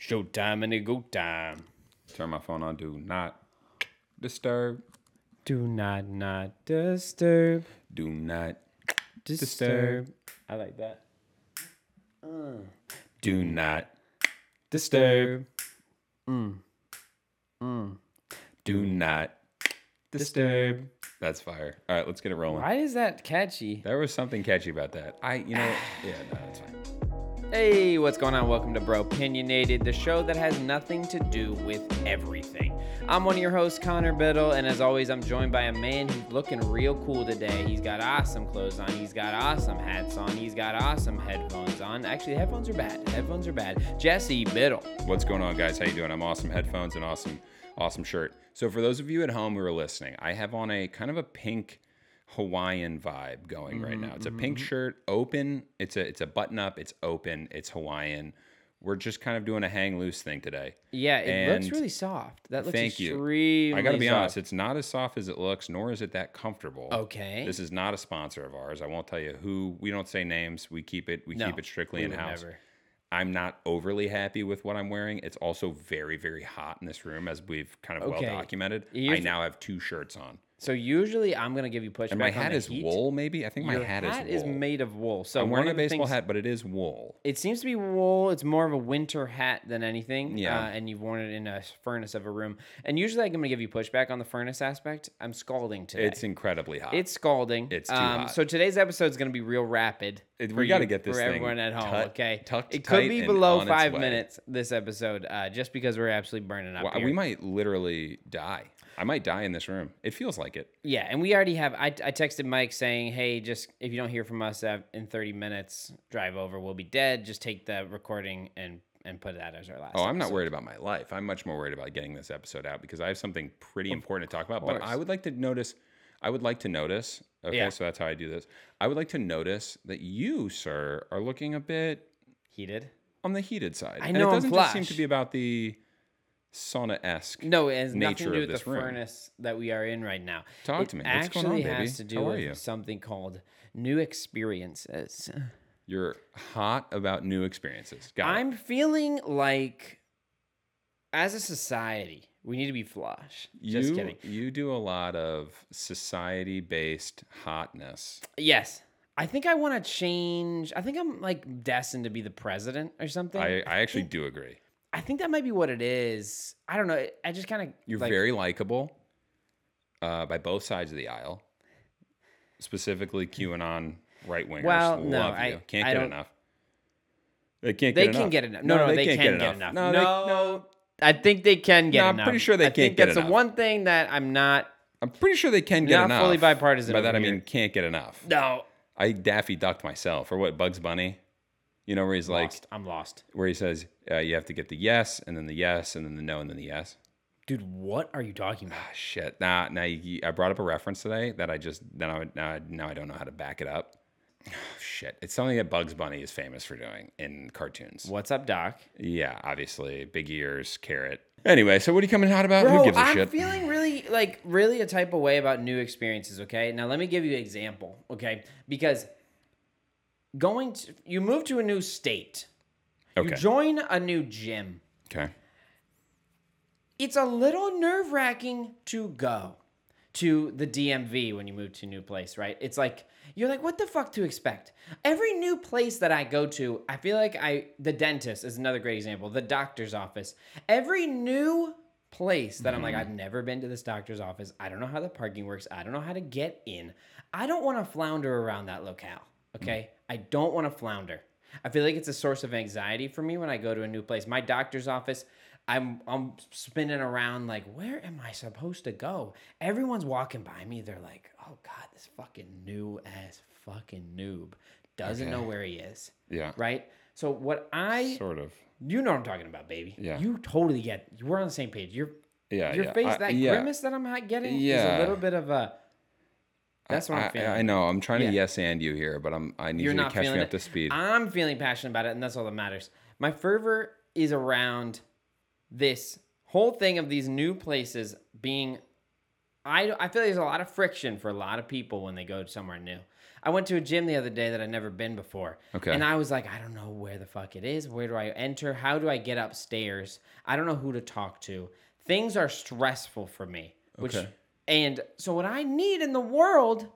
Showtime and it go time. Turn my phone on. Do not disturb. Do not not disturb. Do not. Disturb. I like that. Do not. Disturb. Do not. Disturb. That's fire. All right, let's get it rolling. Why is that catchy? There was something catchy about that. I, you know, yeah, no, that's fine. Hey, what's going on? Welcome to Bro Opinionated, the show that has nothing to do with everything. I'm one of your hosts, Connor Biddle, and as always, I'm joined by a man who's looking real cool today. He's got awesome clothes on, he's got awesome hats on, he's got awesome headphones on. Actually, headphones are bad. Headphones are bad. Jesse Biddle. What's going on, guys? How you doing? I'm awesome. Headphones and awesome, awesome shirt. So for those of you at home who are listening, I have on a kind of a pink Hawaiian vibe going right now. It's a pink shirt, open. It's a it's a button up. It's open. It's Hawaiian. We're just kind of doing a hang loose thing today. Yeah, it And- looks really soft. That looks Thank you. extremely I gotta be soft. honest, it's not as soft as it looks, nor is it that comfortable. Okay. This is not a sponsor of ours. I won't tell you who. We don't say names. We keep it. We No, keep it strictly we in would house. never. I'm not overly happy with what I'm wearing. It's also very, very hot in this room, as we've kind of Okay. well documented. I Here's- now have two shirts on, So usually I'm gonna give you pushback. and my on hat the is heat. wool. Maybe I think my Your hat, is is, wool. made of wool. So I'm one wearing a of the baseball things- hat, but it is wool. It seems to be wool. It's more of a winter hat than anything. Yeah. Uh, and you've worn it in a furnace of a room. And usually I'm gonna give you pushback on the furnace aspect. I'm scalding today. It's incredibly hot. It's scalding. Um, It's too hot. So today's episode is going to be real rapid. It- for we gotta you- get this for thing everyone at home. tut- okay, tucked it could tight be and below on its five way. minutes this episode, uh, just because we're absolutely burning up. Well, here. we might literally die. I might die in this room. It feels like it. Yeah, and we already have. I, I texted Mike saying, "Hey, just if you don't hear from us uh, in thirty minutes, drive over. We'll be dead. Just take the recording and and put that as our last." Oh, I'm not episode." worried about my life. I'm much more worried about getting this episode out because I have something pretty important to talk about. But course. I would like to notice. I would like to notice. Okay, Yeah. so that's how I do this. I would like to notice that you, sir, are looking a bit heated. on the heated side. I and know, it I'm doesn't just seem to flush. be about the sauna esque. No, it has nature nothing to of do with this the room. furnace that we are in right now. Talk It to me. What's Actually, going on, has baby? to do How are with you? something called new experiences. You're hot about new experiences. Got it. I'm feeling like, as a society, we need to be flush. You, Just kidding. you do a lot of society based hotness. Yes. I think I want to change. I think I'm like destined to be the president or something. I, I actually do agree. I think that might be what it is. I don't know. I just kind of You're very likable uh, by both sides of the aisle, specifically QAnon right wingers. Well, Love no, you. I- can't I get don't- enough. They can't. They get can enough. get enough. No, no, they can get enough. No, they, No. no. I think they can get. No, I'm enough. pretty sure they I think can't get that's enough. the one thing that I'm not. I'm pretty sure they can get Not enough. fully bipartisan By that over I mean here. can't get enough. No, I Daffy Ducked myself, or what? Bugs Bunny. You know where he's like, lost. I'm lost, where he says, uh, you have to get the yes, and then the yes, and then the no, and then the yes. dude. What are you talking about? Ah, shit. Nah, now you, I brought up a reference today that I just now I- now I- now I don't know how to back it up. shit, it's something that Bugs Bunny is famous for doing in cartoons. What's up, Doc? Yeah, obviously, big ears, carrot. Anyway, so what are you coming hot about? Who Bro, gives a I'm shit? feeling really like really a type of way about new experiences. Okay, now let me give you an example. Okay, because going to you move to a new state, okay, you join a new gym. okay, it's a little nerve wracking to go to the DMV when you move to a new place, right? It's like you're like, what the fuck to expect? Every new place that I go to, I feel like I the dentist is another great example, the doctor's office. Every new place that I'm like, I've never been to this doctor's office. I don't know how the parking works. I don't know how to get in. I don't want to flounder around that locale. Okay. I don't want to flounder. I feel like it's a source of anxiety for me when I go to a new place. My doctor's office, I'm I'm spinning around like, where am I supposed to go? Everyone's walking by me. They're like, oh god, this fucking new ass fucking noob doesn't know where he is. yeah, Right. So what I sort of. you know what I'm talking about, baby. Yeah. You totally get. We're on the same page. Your Yeah, your yeah. face, I- that yeah. grimace that I'm ha- getting is Yeah. a little bit of a. That's what I, I'm feeling. I, I know. I'm trying to Yeah. yes and you here, but I'm. I need You're you to not catch feeling me it. up to speed. I'm feeling passionate about it, and that's all that matters. My fervor is around this whole thing of these new places being. I I feel like there's a lot of friction for a lot of people when they go somewhere new. I went to a gym the other day that I'd never been before. Okay. And I was like, I don't know where the fuck it is. Where do I enter? How do I get upstairs? I don't know who to talk to. Things are stressful for me. Which Okay. and so what I need in the world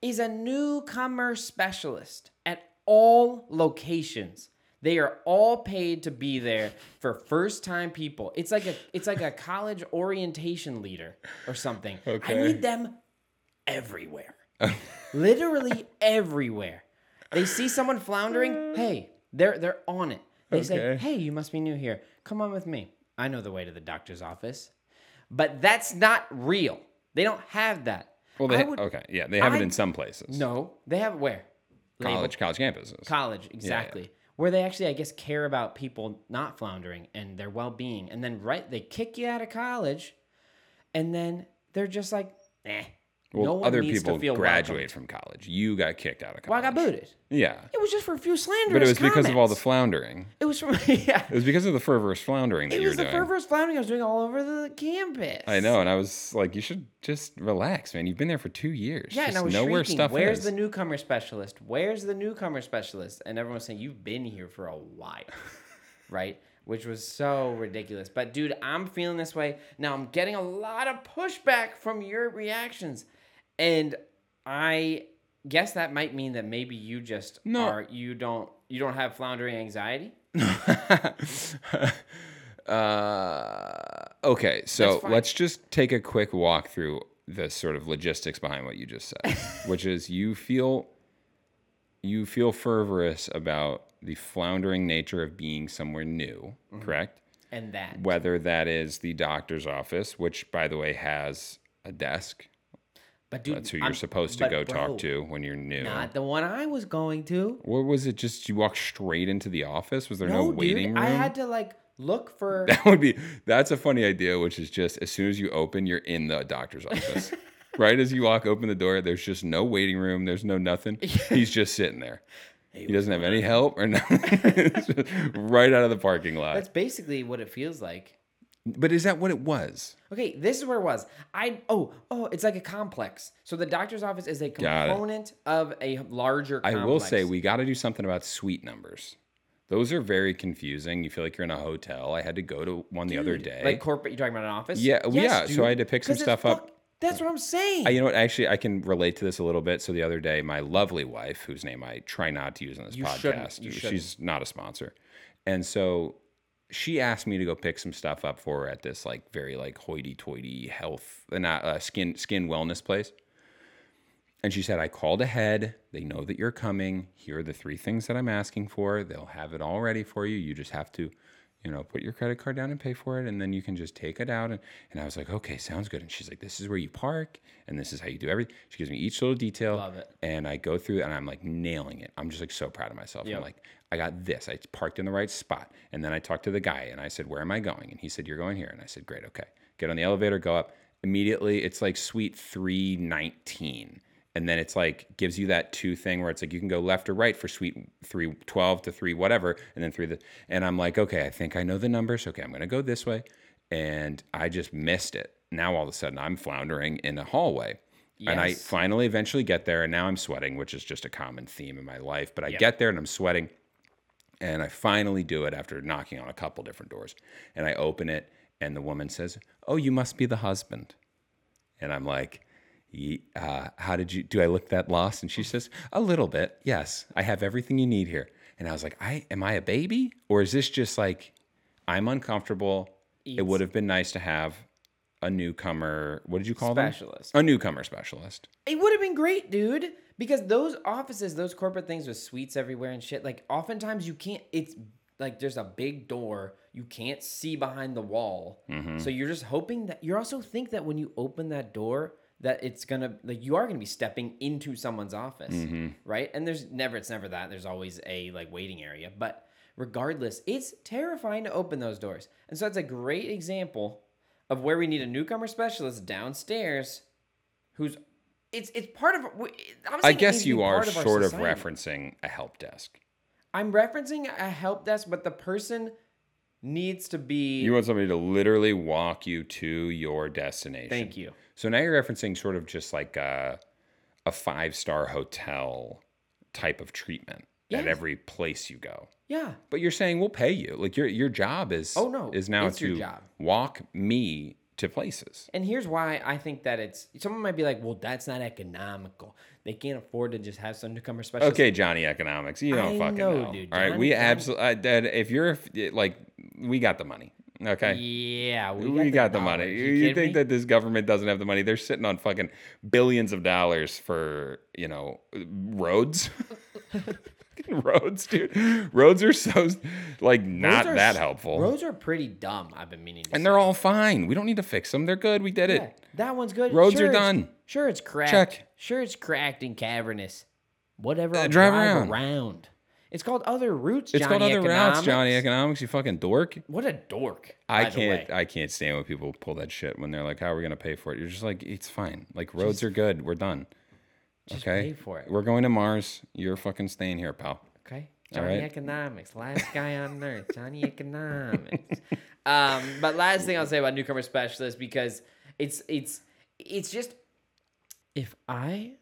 is a newcomer specialist at all locations. They are all paid to be there for first time people. It's like a it's like a college orientation leader or something. I Okay. need them everywhere. Oh. Literally everywhere. They see someone floundering, hey, they're they're on it. They say, Okay. "Hey, you must be new here. Come on with me. I know the way to the doctor's office." But that's not real. They don't have that. Well, they oh. I would- okay, yeah, they have I- it in some places. No, they have where? Label- college, college campuses. college, exactly. Where they actually, I guess, care about people not floundering and their well being. And then, right, they kick you out of college, and then they're just like, eh. well, no one other needs people to feel graduate welcomed. from college. You got kicked out of college. Well, I got booted. Yeah, It was just for a few slanderous but it was because of all the comments. floundering. It was from yeah. It was because of the fervorous floundering that It you were was the doing. fervorous floundering I was doing all over the campus. I know, and I was like, you should just relax, man. You've been there for two years. Yeah, just and I was know where shrieking, stuff "Where's is. the newcomer specialist? Where's the newcomer specialist?" And everyone was saying, "You've been here for a while, right?" Which was so ridiculous. But dude, I'm feeling this way now. I'm getting a lot of pushback from your reactions, and I guess that might mean that maybe you just No. are you don't you don't have floundering anxiety. uh, okay, so fine. let's just take a quick walk through the sort of logistics behind what you just said, which is you feel you feel fervorous about the floundering nature of being somewhere new, Mm-hmm. correct? And that Whether that is the doctor's office, which by the way has a desk, but dude, that's who you're I'm- supposed to but go bro, talk to when you're new. Not the one I was going to. Or was it just you walked straight into the office? Was there no, No, waiting dude, room? I had to like look for. That would be that's a funny idea, which is just as soon as you open, you're in the doctor's office. right as you walk open the door, there's just no waiting room, there's no nothing. He's just sitting there. He doesn't have any help or nothing. It's just right out of the parking lot. That's basically what it feels like. but is that what it was? Okay, this is where it was. I oh oh, it's like a complex. So the doctor's office is a Got it. component of a larger. I Complex. will say we got to do something about suite numbers. Those are very confusing. You feel like you're in a hotel. I had to go to one the other day. like corporate. You're talking about an office. Yeah, well, yeah, so I had to pick some 'cause it's stuff up. fuck- That's what I'm saying. Uh, you know what? Actually, I can relate to this a little bit. So the other day, my lovely wife, whose name I try not to use on this shouldn't. podcast, You she's not a sponsor, and so she asked me to go pick some stuff up for her at this like very like hoity-toity health, uh, not uh, skin skin wellness place. And she said, I called ahead. They know that you're coming. Here are the three things that I'm asking for. They'll have it all ready for you. You just have to, you know, put your credit card down and pay for it. And then you can just take it out. And, and I was like, okay, sounds good. And she's like, this is where you park. And this is how you do everything. She gives me each little detail. Love it. And I go through and I'm like nailing it. I'm just like so proud of myself. Yep. I'm like, I got this. I parked in the right spot. And then I talked to the guy and I said, where am I going? And he said, you're going here. And I said, great. Okay. Get on the elevator, go up. Immediately, it's like suite 319. And then it's like gives you that two thing where it's like you can go left or right for suite 312 to three whatever. And then three the, and I'm like, okay, I think I know the numbers. Okay, I'm going to go this way. And I just missed it. Now all of a sudden I'm floundering in a hallway. And I Yes. finally eventually get there. And now I'm sweating, which is just a common theme in my life. But I get there and I'm sweating. And I finally do it after knocking on a couple different doors. And I open it, and the woman says, Oh, you must be the husband. And I'm like, "Ye- uh, How did you do? I look that lost? And she says, A little bit. Yes, I have everything you need here. And I was like, I Am I a baby? Or is this just like, I'm uncomfortable? It would have been nice to have a newcomer. What did you call Specialist. them? A newcomer specialist. It would have been great, dude. Because those offices, those corporate things with suites everywhere and shit, like oftentimes you can't. It's like there's a big door you can't see behind the wall, so you're just hoping that you also think that when you open that door that it's gonna like you are gonna be stepping into someone's office, right? And there's never it's never that. There's always a like waiting area, but regardless, it's terrifying to open those doors, and so that's a great example of where we need a newcomer specialist downstairs who's it's it's part of we- I'm I saying it needs guess to be you are part our sort of society. referencing a help desk. I'm referencing a help desk, but the person needs to be. You want somebody to literally walk you to your destination. thank you. So now you're referencing sort of just like a, a five star hotel type of treatment at Yes. every place you go. Yeah. But you're saying we'll pay you. Like your your job is Oh, no, is now it's to your job. walk me to places. And here's why I think that it's someone might be like, well, that's not economical. They can't afford to just have some newcomer specialist. Okay, Johnny Economics, you don't I fucking know, know. dude. All right, Johnny- we Johnny- absolutely. If you're like, we got the money. Okay. Yeah, we We got, got, the, the dollars. money. You, You, you kidding think me? that this government doesn't have the money? They're sitting on fucking billions of dollars for, you know, roads. Fucking roads, dude. Roads are so like not Roads are that s- helpful. Roads are pretty dumb. I've been meaning to. and say. they're all fine. We don't need to fix them. They're good. We did Yeah, it. that one's good. Roads Sure, are it's- done. Sure, it's cracked. Check. Uh, Sure, it's cracked and cavernous. Whatever. I'll drive drive around. around. It's called other routes. It's Johnny called other routes, Economics. Johnny Economics, you fucking dork. What a dork. I by the can't way. I can't stand when people pull that shit when they're like, How are we gonna pay for it? You're just like, It's fine. Like roads are good. We're done. Just okay. pay for it. We're going to Mars. You're fucking staying here, pal. Okay. Johnny right. Economics, last guy on earth, Johnny Economics. um, but last thing I'll say about newcomer specialists because it's it's it's just if I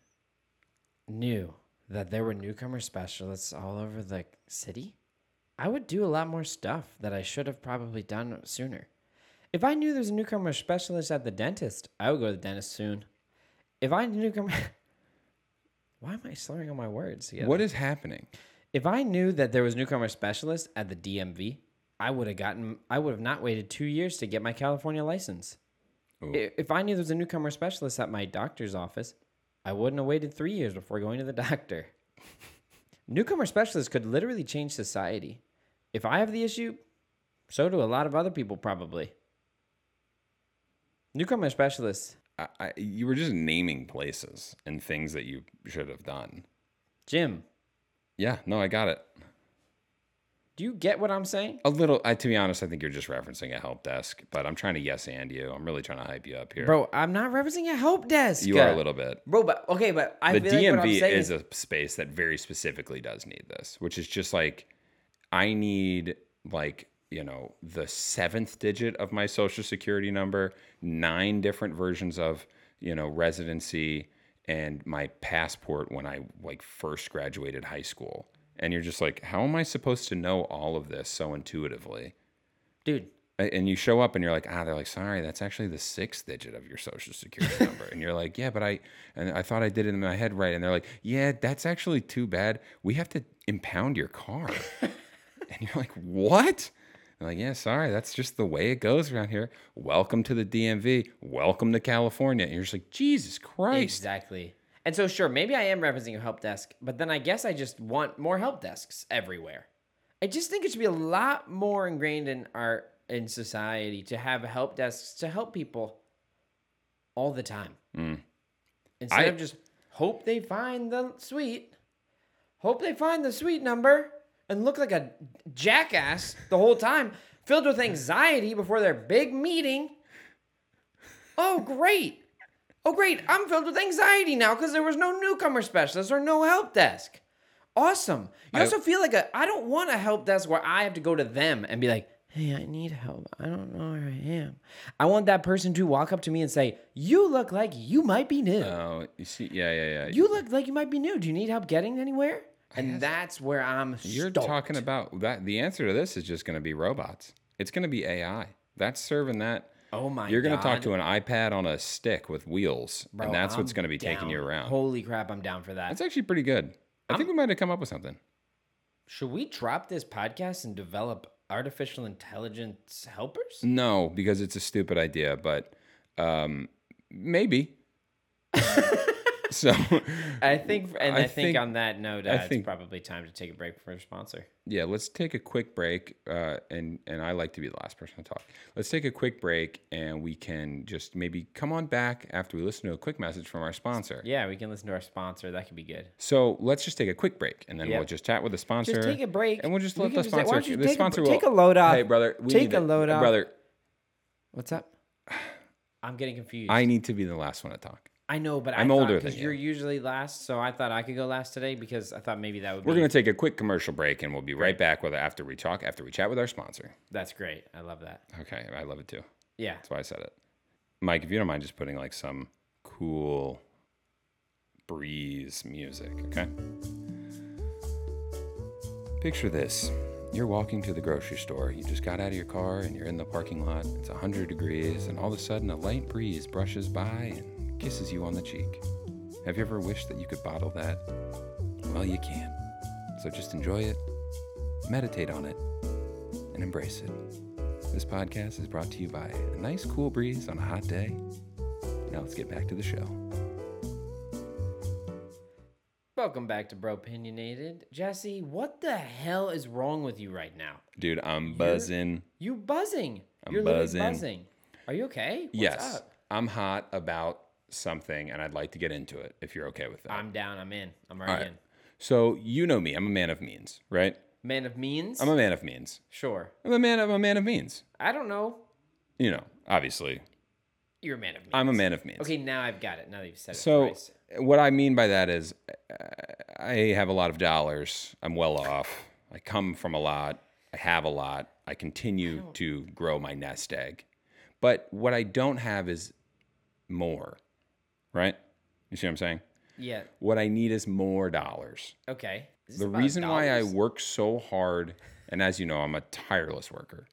knew that there were newcomer specialists all over the city, I would do a lot more stuff that I should have probably done sooner. If I knew there's a newcomer specialist at the dentist, I would go to the dentist soon. If I knew newcomer, why am I slurring on my words together? What is happening? If I knew that there was newcomer specialist at the DMV, I would have gotten. I would have not waited two years to get my California license. Ooh. I- If I knew there was a newcomer specialist at my doctor's office, I wouldn't have waited three years before going to the doctor. newcomer specialists could literally change society. If I have the issue, so do a lot of other people probably. Newcomer specialists, I, I, you were just naming places and things that you should have done. Jim. Yeah, no, I got it. Do you get what I'm saying? A little. I, to be honest, I think you're just referencing a help desk, but I'm trying to yes and you. I'm really trying to hype you up here. Bro, I'm not referencing a help desk. you are a little bit. Bro, but okay, but I The feel like what I'm DMV saying is a space that very specifically does need this, which is just like I need like you know the seventh digit of my social security number, nine different versions of you know residency and my passport when I like first graduated high school. And you're just like, how am I supposed to know all of this so intuitively? dude. A- and you show up and you're like, ah, they're like, sorry, that's actually the sixth digit of your social security number. And you're like, yeah, but I, and I thought I did it in my head right. And they're like, yeah, that's actually too bad. We have to impound your car. and you're like, what? They're like, yeah, sorry, that's just the way it goes around here. Welcome to the DMV. Welcome to California. And you're just like, Jesus Christ. Exactly. And so, sure, maybe I am referencing a help desk, but then I guess I just want more help desks everywhere. I just think it should be a lot more ingrained in our in society to have help desks to help people all the time instead Mm. I- of just hope they find the suite, hope they find the suite number, and look like a jackass the whole time, filled with anxiety before their big meeting. Oh, great. Oh, great. I'm filled with anxiety now because there was no newcomer specialist or no help desk. Awesome. You also feel like a, I don't want a help desk where I have to go to them and be like, hey, I need help. I don't know where I am. I want that person to walk up to me and say, you look like you might be new. Oh, you see, yeah, yeah, yeah. you look like you might be new. Do you need help getting anywhere? And that's where I'm You're stoked. talking about that. The answer to this is just going to be robots. It's going to be AI. That's serving that. Oh my You're going to talk God. to an iPad on a stick with wheels, Bro, and that's what's I'm going to be taking you down. around. Holy crap, I'm down for that. That's actually pretty good. I think we might have come up with something. Should we drop this podcast and develop artificial intelligence helpers? No, because it's a stupid idea, but um, maybe. so, I think, and I, I think, think- on that note, uh, I it's think- probably time to take a break for a sponsor. yeah, let's take a quick break. Uh, and and I like to be the last person to talk. Let's take a quick break, and we can just maybe come on back after we listen to a quick message from our sponsor. Yeah, we can listen to our sponsor. That could be good. So let's just take a quick break, and then Yeah. we'll just chat with the sponsor. take a break. and we'll just We let can the just say, why sponsor. don't you the take a- sponsor take will- a load off. Hey, brother, we Take need a to- load off. brother. What's up? I'm getting confused. I need to be the last one to talk. I know, but I I'm thought- older than because you're you. usually last, so I thought I could go last today because I thought maybe that would. We're be, gonna take a quick commercial break, and we'll be right back with after we talk, after we chat with our sponsor. That's great. I love that. Okay, I love it too. Yeah. That's why I said it. Mike, if you don't mind, just putting like some cool breeze music, okay? Picture this. You're walking to the grocery store. You just got out of your car and you're in the parking lot. It's 100 degrees, and all of a sudden, a light breeze brushes by and kisses you on the cheek. Have you ever wished that you could bottle that? Well, you can. So just enjoy it, meditate on it, and embrace it. This podcast is brought to you by a nice cool breeze on a hot day. Now let's get back to the show. Welcome back to Bro Opinionated. Jesse, what the hell is wrong with you right now? Dude, I'm buzzing. You buzzing. I'm You're literally buzzing. buzzing. Are you okay? What's yes. up? I'm hot about something and I'd like to get into it if you're okay with that. I'm down. I'm in. I'm right, All right. in. So, you know me. I'm a man of means, right? Man of means? I'm a man of means. sure. I'm a man of a man of means. I don't know. You know, obviously. You're a man of means. I'm a man of means. Okay, now I've got it. Now that you've said it So, twice. what I mean by that is, uh, I have a lot of dollars. I'm well off. I come from a lot. I have a lot. I continue Oh. to grow my nest egg. But what I don't have is more, right? You see what I'm saying? Yeah. What I need is more dollars. Okay. Is this The about reason why I dollars? work so hard, and as you know, I'm a tireless worker.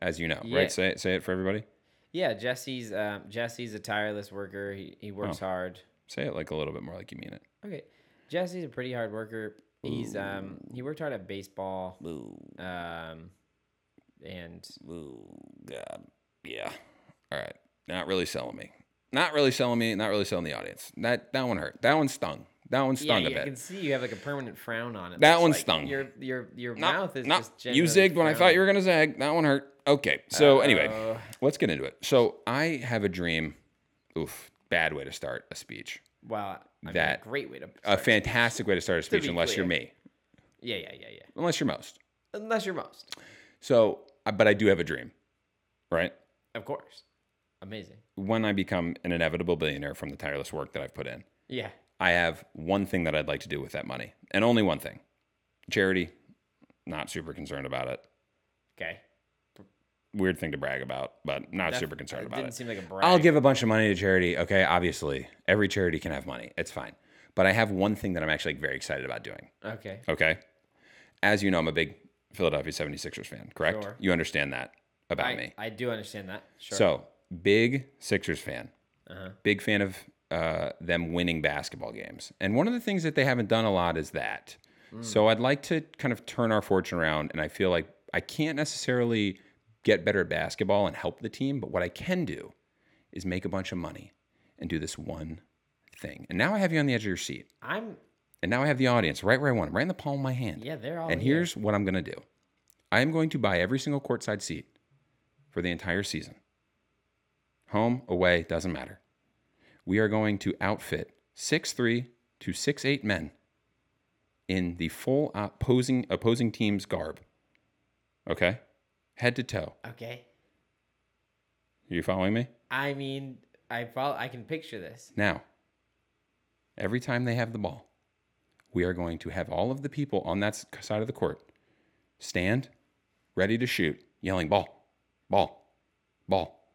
As you know, Yeah. right? Say it, say it for everybody. Yeah, Jesse's um, Jesse's a tireless worker. He, he Oh. works hard. Say it like a little bit more like you mean it. Okay. Jesse's a pretty hard worker. He's um he worked hard at baseball. Um and God. Yeah. All right. Not really selling me. Not really selling me. Not really selling the audience. That that one hurt. That one stung. That one yeah, stung yeah, I a can bit. see you have like a permanent frown on it. That It's one like stung. Your your your Not- mouth is not- just you zigged when I thought you were gonna zag. That one hurt. Okay. So Uh, anyway, let's get into it. So I have a dream. Oof. Bad way to start a speech. Wow, well, that that- a great way to. A fantastic way to start a speech, be unless you're clear. me. yeah, yeah, yeah, yeah. Unless you're most. Unless you're most, So, I- but I do have a dream, right? of course. Amazing. When I become an inevitable billionaire from the tireless work that I've put in, Yeah. I have one thing that I'd like to do with that money, and only one thing. Charity, not super concerned about it. Okay. Weird thing to brag about, but not super It concerned about didn't it. seem like a brag. I'll give a bunch of money to charity. Okay, obviously, every charity can have money. It's fine. But I have one thing that I'm actually very excited about doing. Okay. Okay. As you know, I'm a big Philadelphia 76ers fan, correct? Sure. You understand that about I, me. I do understand that. Sure. So, big Sixers fan. Big fan of uh, them winning basketball games. And one of the things that they haven't done a lot is that. So, I'd like to kind of turn our fortune around. And I feel like I can't necessarily get better at basketball and help the team, but what I can do is make a bunch of money and do this one thing. And now I have you on the edge of your seat. I'm. And now I have the audience right where I want them, right in the palm of my hand. Oh, Yeah, they're all. And here. here's what I'm going to do I am going to buy every single courtside seat for the entire season. Home, away, doesn't matter. We are going to outfit 6'3 to 6'8 men in the full opposing, opposing team's garb. Okay? Head to toe. Okay. You following me? I mean, I follow. I can picture this. Now, every time they have the ball, we are going to have all of the people on that s- side of the court stand, ready to shoot, yelling ball, ball, ball,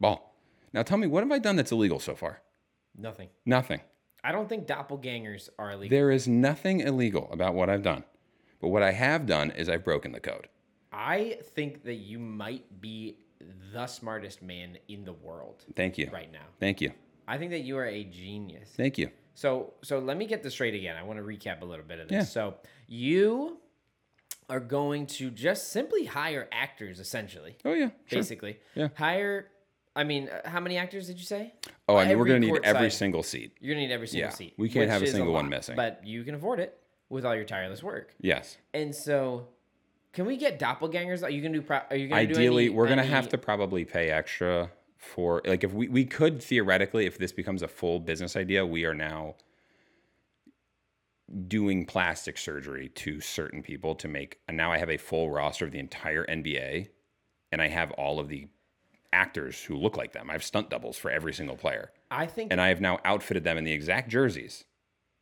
ball. Now tell me, what have I done that's illegal so far? Nothing. Nothing. I don't think doppelgangers are illegal. There is nothing illegal about what I've done. But what I have done is I've broken the code. I think that you might be the smartest man in the world Thank you. right now. Thank you. I think that you are a genius. Thank you. So so let me get this straight again. I want to recap a little bit of this. Yeah. So you are going to just simply hire actors essentially. Oh yeah. Sure. Basically. Yeah. Hire I mean, uh, how many actors did you say? Oh, I mean, we're every gonna need every courtside- single seat. You're going to need every single Yeah. seat. We can't which have a is single one lot, missing. But you can afford it with all your tireless work. Yes. And so, can we get doppelgangers? Are you gonna do? Pro- are you gonna ideally do any, we're gonna any- have to probably pay extra for like if we, we could theoretically if this becomes a full business idea we are now doing plastic surgery to certain people to make and now i have a full roster of the entire nba and i have all of the actors who look like them i have stunt doubles for every single player I think and i have now outfitted them in the exact jerseys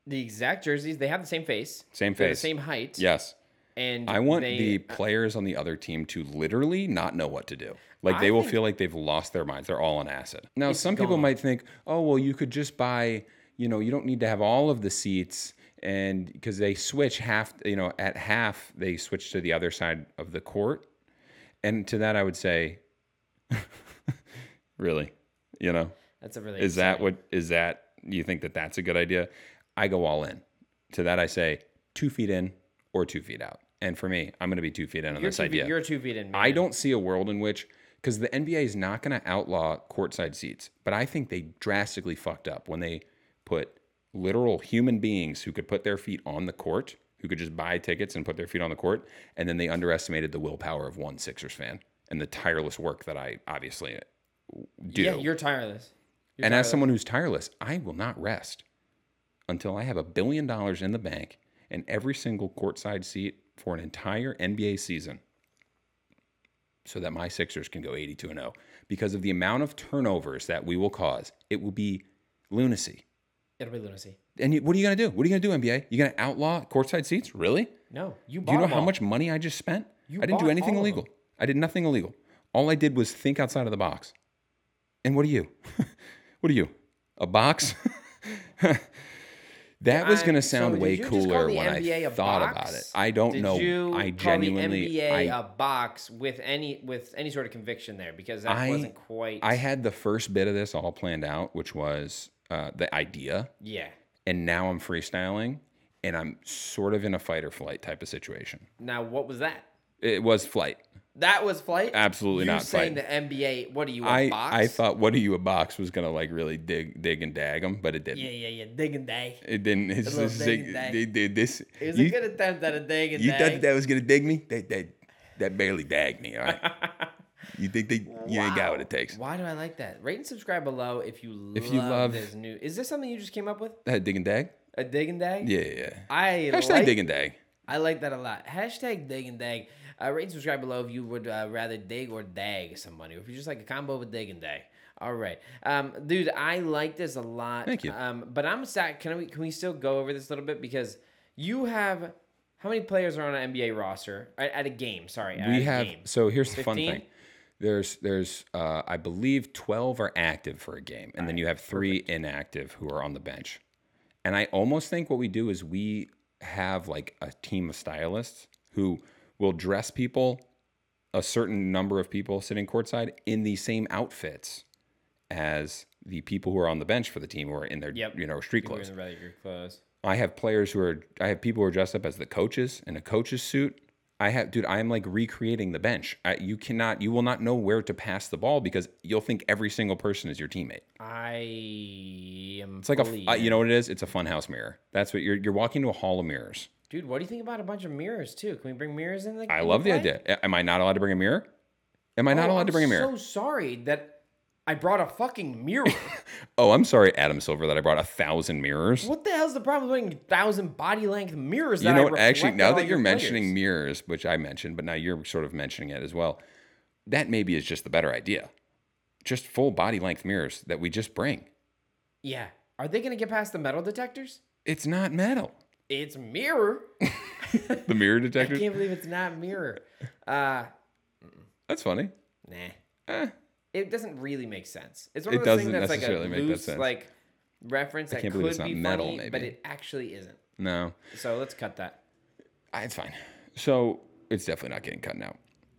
the exact jerseys. They have the same face. Same They're face. The same height. yes And I want they- uh, the players on the other team to literally not know what to do. Like they will think- feel like they've lost their minds. They're all on acid. Now, some people gone. might think, oh, well, you could just buy, you know, you don't need to have all of the seats and because they switch half, you know, at half they switch to the other side of the court. And to that I would say really, you know, That's a really is that what is that you think that that's a good idea? I go all in. To that I say 2 feet in or 2 feet out. And for me, I'm going to be 2 feet in on you're this two idea. Feet, you're two feet in. I man. don't see a world in which because the NBA is not going to outlaw courtside seats, but I think they drastically fucked up when they put literal human beings who could put their feet on the court, who could just buy tickets and put their feet on the court, and then they underestimated the willpower of one Sixers fan and the tireless work that I obviously do. Yeah, you're tireless. You're and tireless. as someone who's tireless, I will not rest until I have a billion dollars in the bank and every single courtside seat for an entire NBA season so that my Sixers can go 82 and 0 because of the amount of turnovers that we will cause. It will be lunacy. it'll be lunacy. And you, what are you going to do? What are you going to do, NBA? You're going to outlaw courtside seats? Really? No, you. Do you know how much money I just spent? You I didn't do bought anything all of them. illegal. I did nothing illegal. All I did was think outside of the box. And what are you? what are you? A box? that was I- going to so sound did way you just call cooler the when NBA I a thought about box? it. I don't Did know. you I call the genuinely NBA I, a box with any with any sort of conviction there because that I- wasn't quite. I had the first bit of this all planned out, which was uh, the idea, yeah. and now I'm freestyling and I'm sort of in a fight or flight type of situation. Now what was that? It was flight. That was flight. Absolutely you not saying flight. the NBA. What are you a I, box? I thought what are you a box was gonna like really dig dig and dag them, but it didn't. Yeah, yeah, yeah. Dig and day. It didn't. It's little just dig dig- and dag. they did this. It was you a good attempt at a dig and you day. thought that, that was gonna dig me? That that that barely dagged me. All right. you think they you ain't got what it takes? Why do I like that? Rate and subscribe below if you If love you love- this new. Is this something you just came up with? That dig and dag? A dig and dag? Yeah, yeah. yeah. I Hashtag like dig and dag. I like that a lot. Hashtag dig and dag. Uh, rate and subscribe below if you would uh, rather dig or dag somebody. If you just like a combo with dig and dag. All right, um, dude. I like this a lot. Thank you. Um, but I'm sad. Can we can we still go over this a little bit because you have how many players are on an NBA roster at, at a game? Sorry, at We a have. game. So here's the fun 15? thing. There's there's uh, I believe twelve are active for a game, and then you have three inactive who are on the bench. And I almost think what we do is we have like a team of stylists who will dress people, a certain number of people sitting courtside in the same outfits as the people who are on the bench for the team who are in their Yep. you know street We're clothes. in the right group close. I have players who are I have people who are dressed up as the coaches in a coach's suit. I have dude, I am like recreating the bench. I, you cannot you will not know where to pass the ball because you'll think every single person is your teammate. I am. It's like a uh, you know what it is? It's a funhouse mirror. That's what you're you're walking to a hall of mirrors. dude. What do you think about a bunch of mirrors too? Can we bring mirrors in? The, I in love the play? idea. A- Am I not allowed to bring a mirror? Am I not Oh, allowed I'm to bring a mirror? So sorry that I brought a fucking mirror. oh, I'm sorry, Adam Silver, that I brought a thousand mirrors. what the hell's the problem with putting thousand body length mirrors? you that know I what? Actually, reflect now on all that you're your mentioning players? mirrors, which I mentioned, but now you're sort of mentioning it as well, that maybe is just the better idea. Just full body length mirrors that we just bring. yeah, are they gonna get past the metal detectors? It's not metal. It's mirror. The mirror I detector. can't believe it's not mirror. Uh, That's funny. nah, Eh, it doesn't really make sense. It's one It of those things doesn't that's like a necessarily make that loose sense. like reference that can't could believe it's be not metal, funny, but maybe. it actually isn't. no, So let's cut that. I- it's fine. So it's definitely not getting cut now.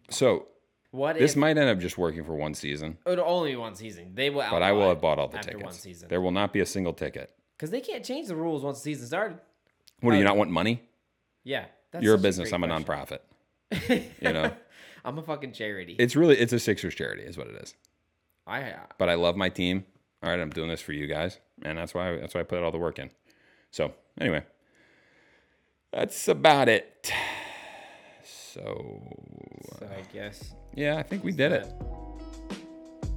So What this if might end up just working for one season, it'll only be one season? They will. but I will have bought all the after tickets. one season. There will not be a single ticket. because they can't change the rules once the season started. What do Uh, you not want money? Yeah, that's You're a such business. great I'm a question. nonprofit. You know, I'm a fucking charity. it's really it's a Sixers charity, is what it is. I but I love my team. All right, I'm doing this for you guys, and that's why that's why I put all the work in. So anyway, that's about it. So so I guess. yeah, I think we did it.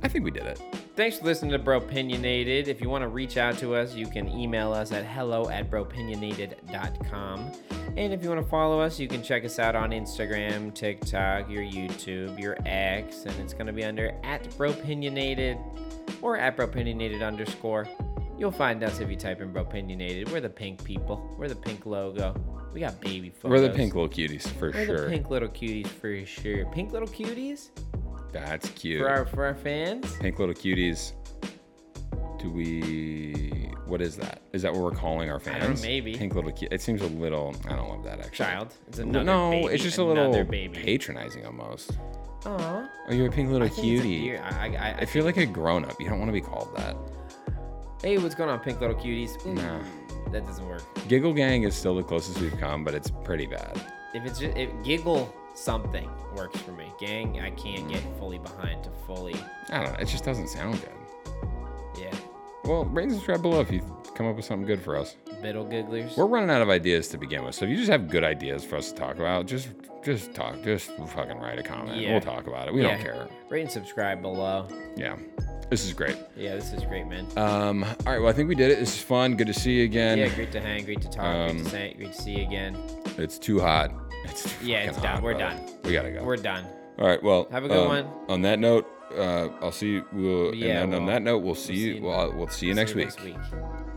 I think we did it. Thanks for listening to Bro Opinionated. If you want to reach out to us, you can email us at hello at bropinionated.com. And if you want to follow us, you can check us out on Instagram, TikTok, your YouTube, your X, and it's going to be under at bropinionated or at bropinionated underscore. You'll find us if you type in bropinionated. We're the pink people. We're the pink logo. We got baby photos. We're the pink little cuties for We're sure. the pink little cuties for sure. Pink little cuties That's cute. for our for our fans. Pink little cuties. Do we? What is that? Is that what we're calling our fans? know, maybe. Pink little kid. It seems a little. I don't love that actually. Child. It's No, another no, baby, it's just a another little baby. patronizing almost. Aw. Oh, you're a pink little cutie. Cutie. I, I, I, If you're like a grown up, you don't want to be called that. hey, what's going on, pink little cuties? Ooh, Nah. That doesn't work. Giggle Gang is still the closest we've come, but it's pretty bad. If it's just if giggle something works for me. Gang, I can't get Mm. fully behind to fully. I don't know. It just doesn't sound good. Yeah. Well, rate and subscribe below if you come up with something good for us. Middle gigglers. We're running out of ideas to begin with, so if you just have good ideas for us to talk about, just just talk, just fucking write a comment. Yeah. We'll talk about it. We yeah. don't care. Rate and subscribe below. Yeah, this is great. Yeah, this is great, man. Um, all right, well, I think we did it. This is fun. Good to see you again. yeah, great to hang, great to talk, great um, to say, great to see you again. It's too hot. It's too Yeah, fucking it's done. hot, We're brother. done. We gotta go. We're done. All right. Well, Have a good um, one. On that note, uh, I'll see you. We'll, Yeah, and then on well, that note, we'll see see you. you- Well, we'll see you next See week. next week.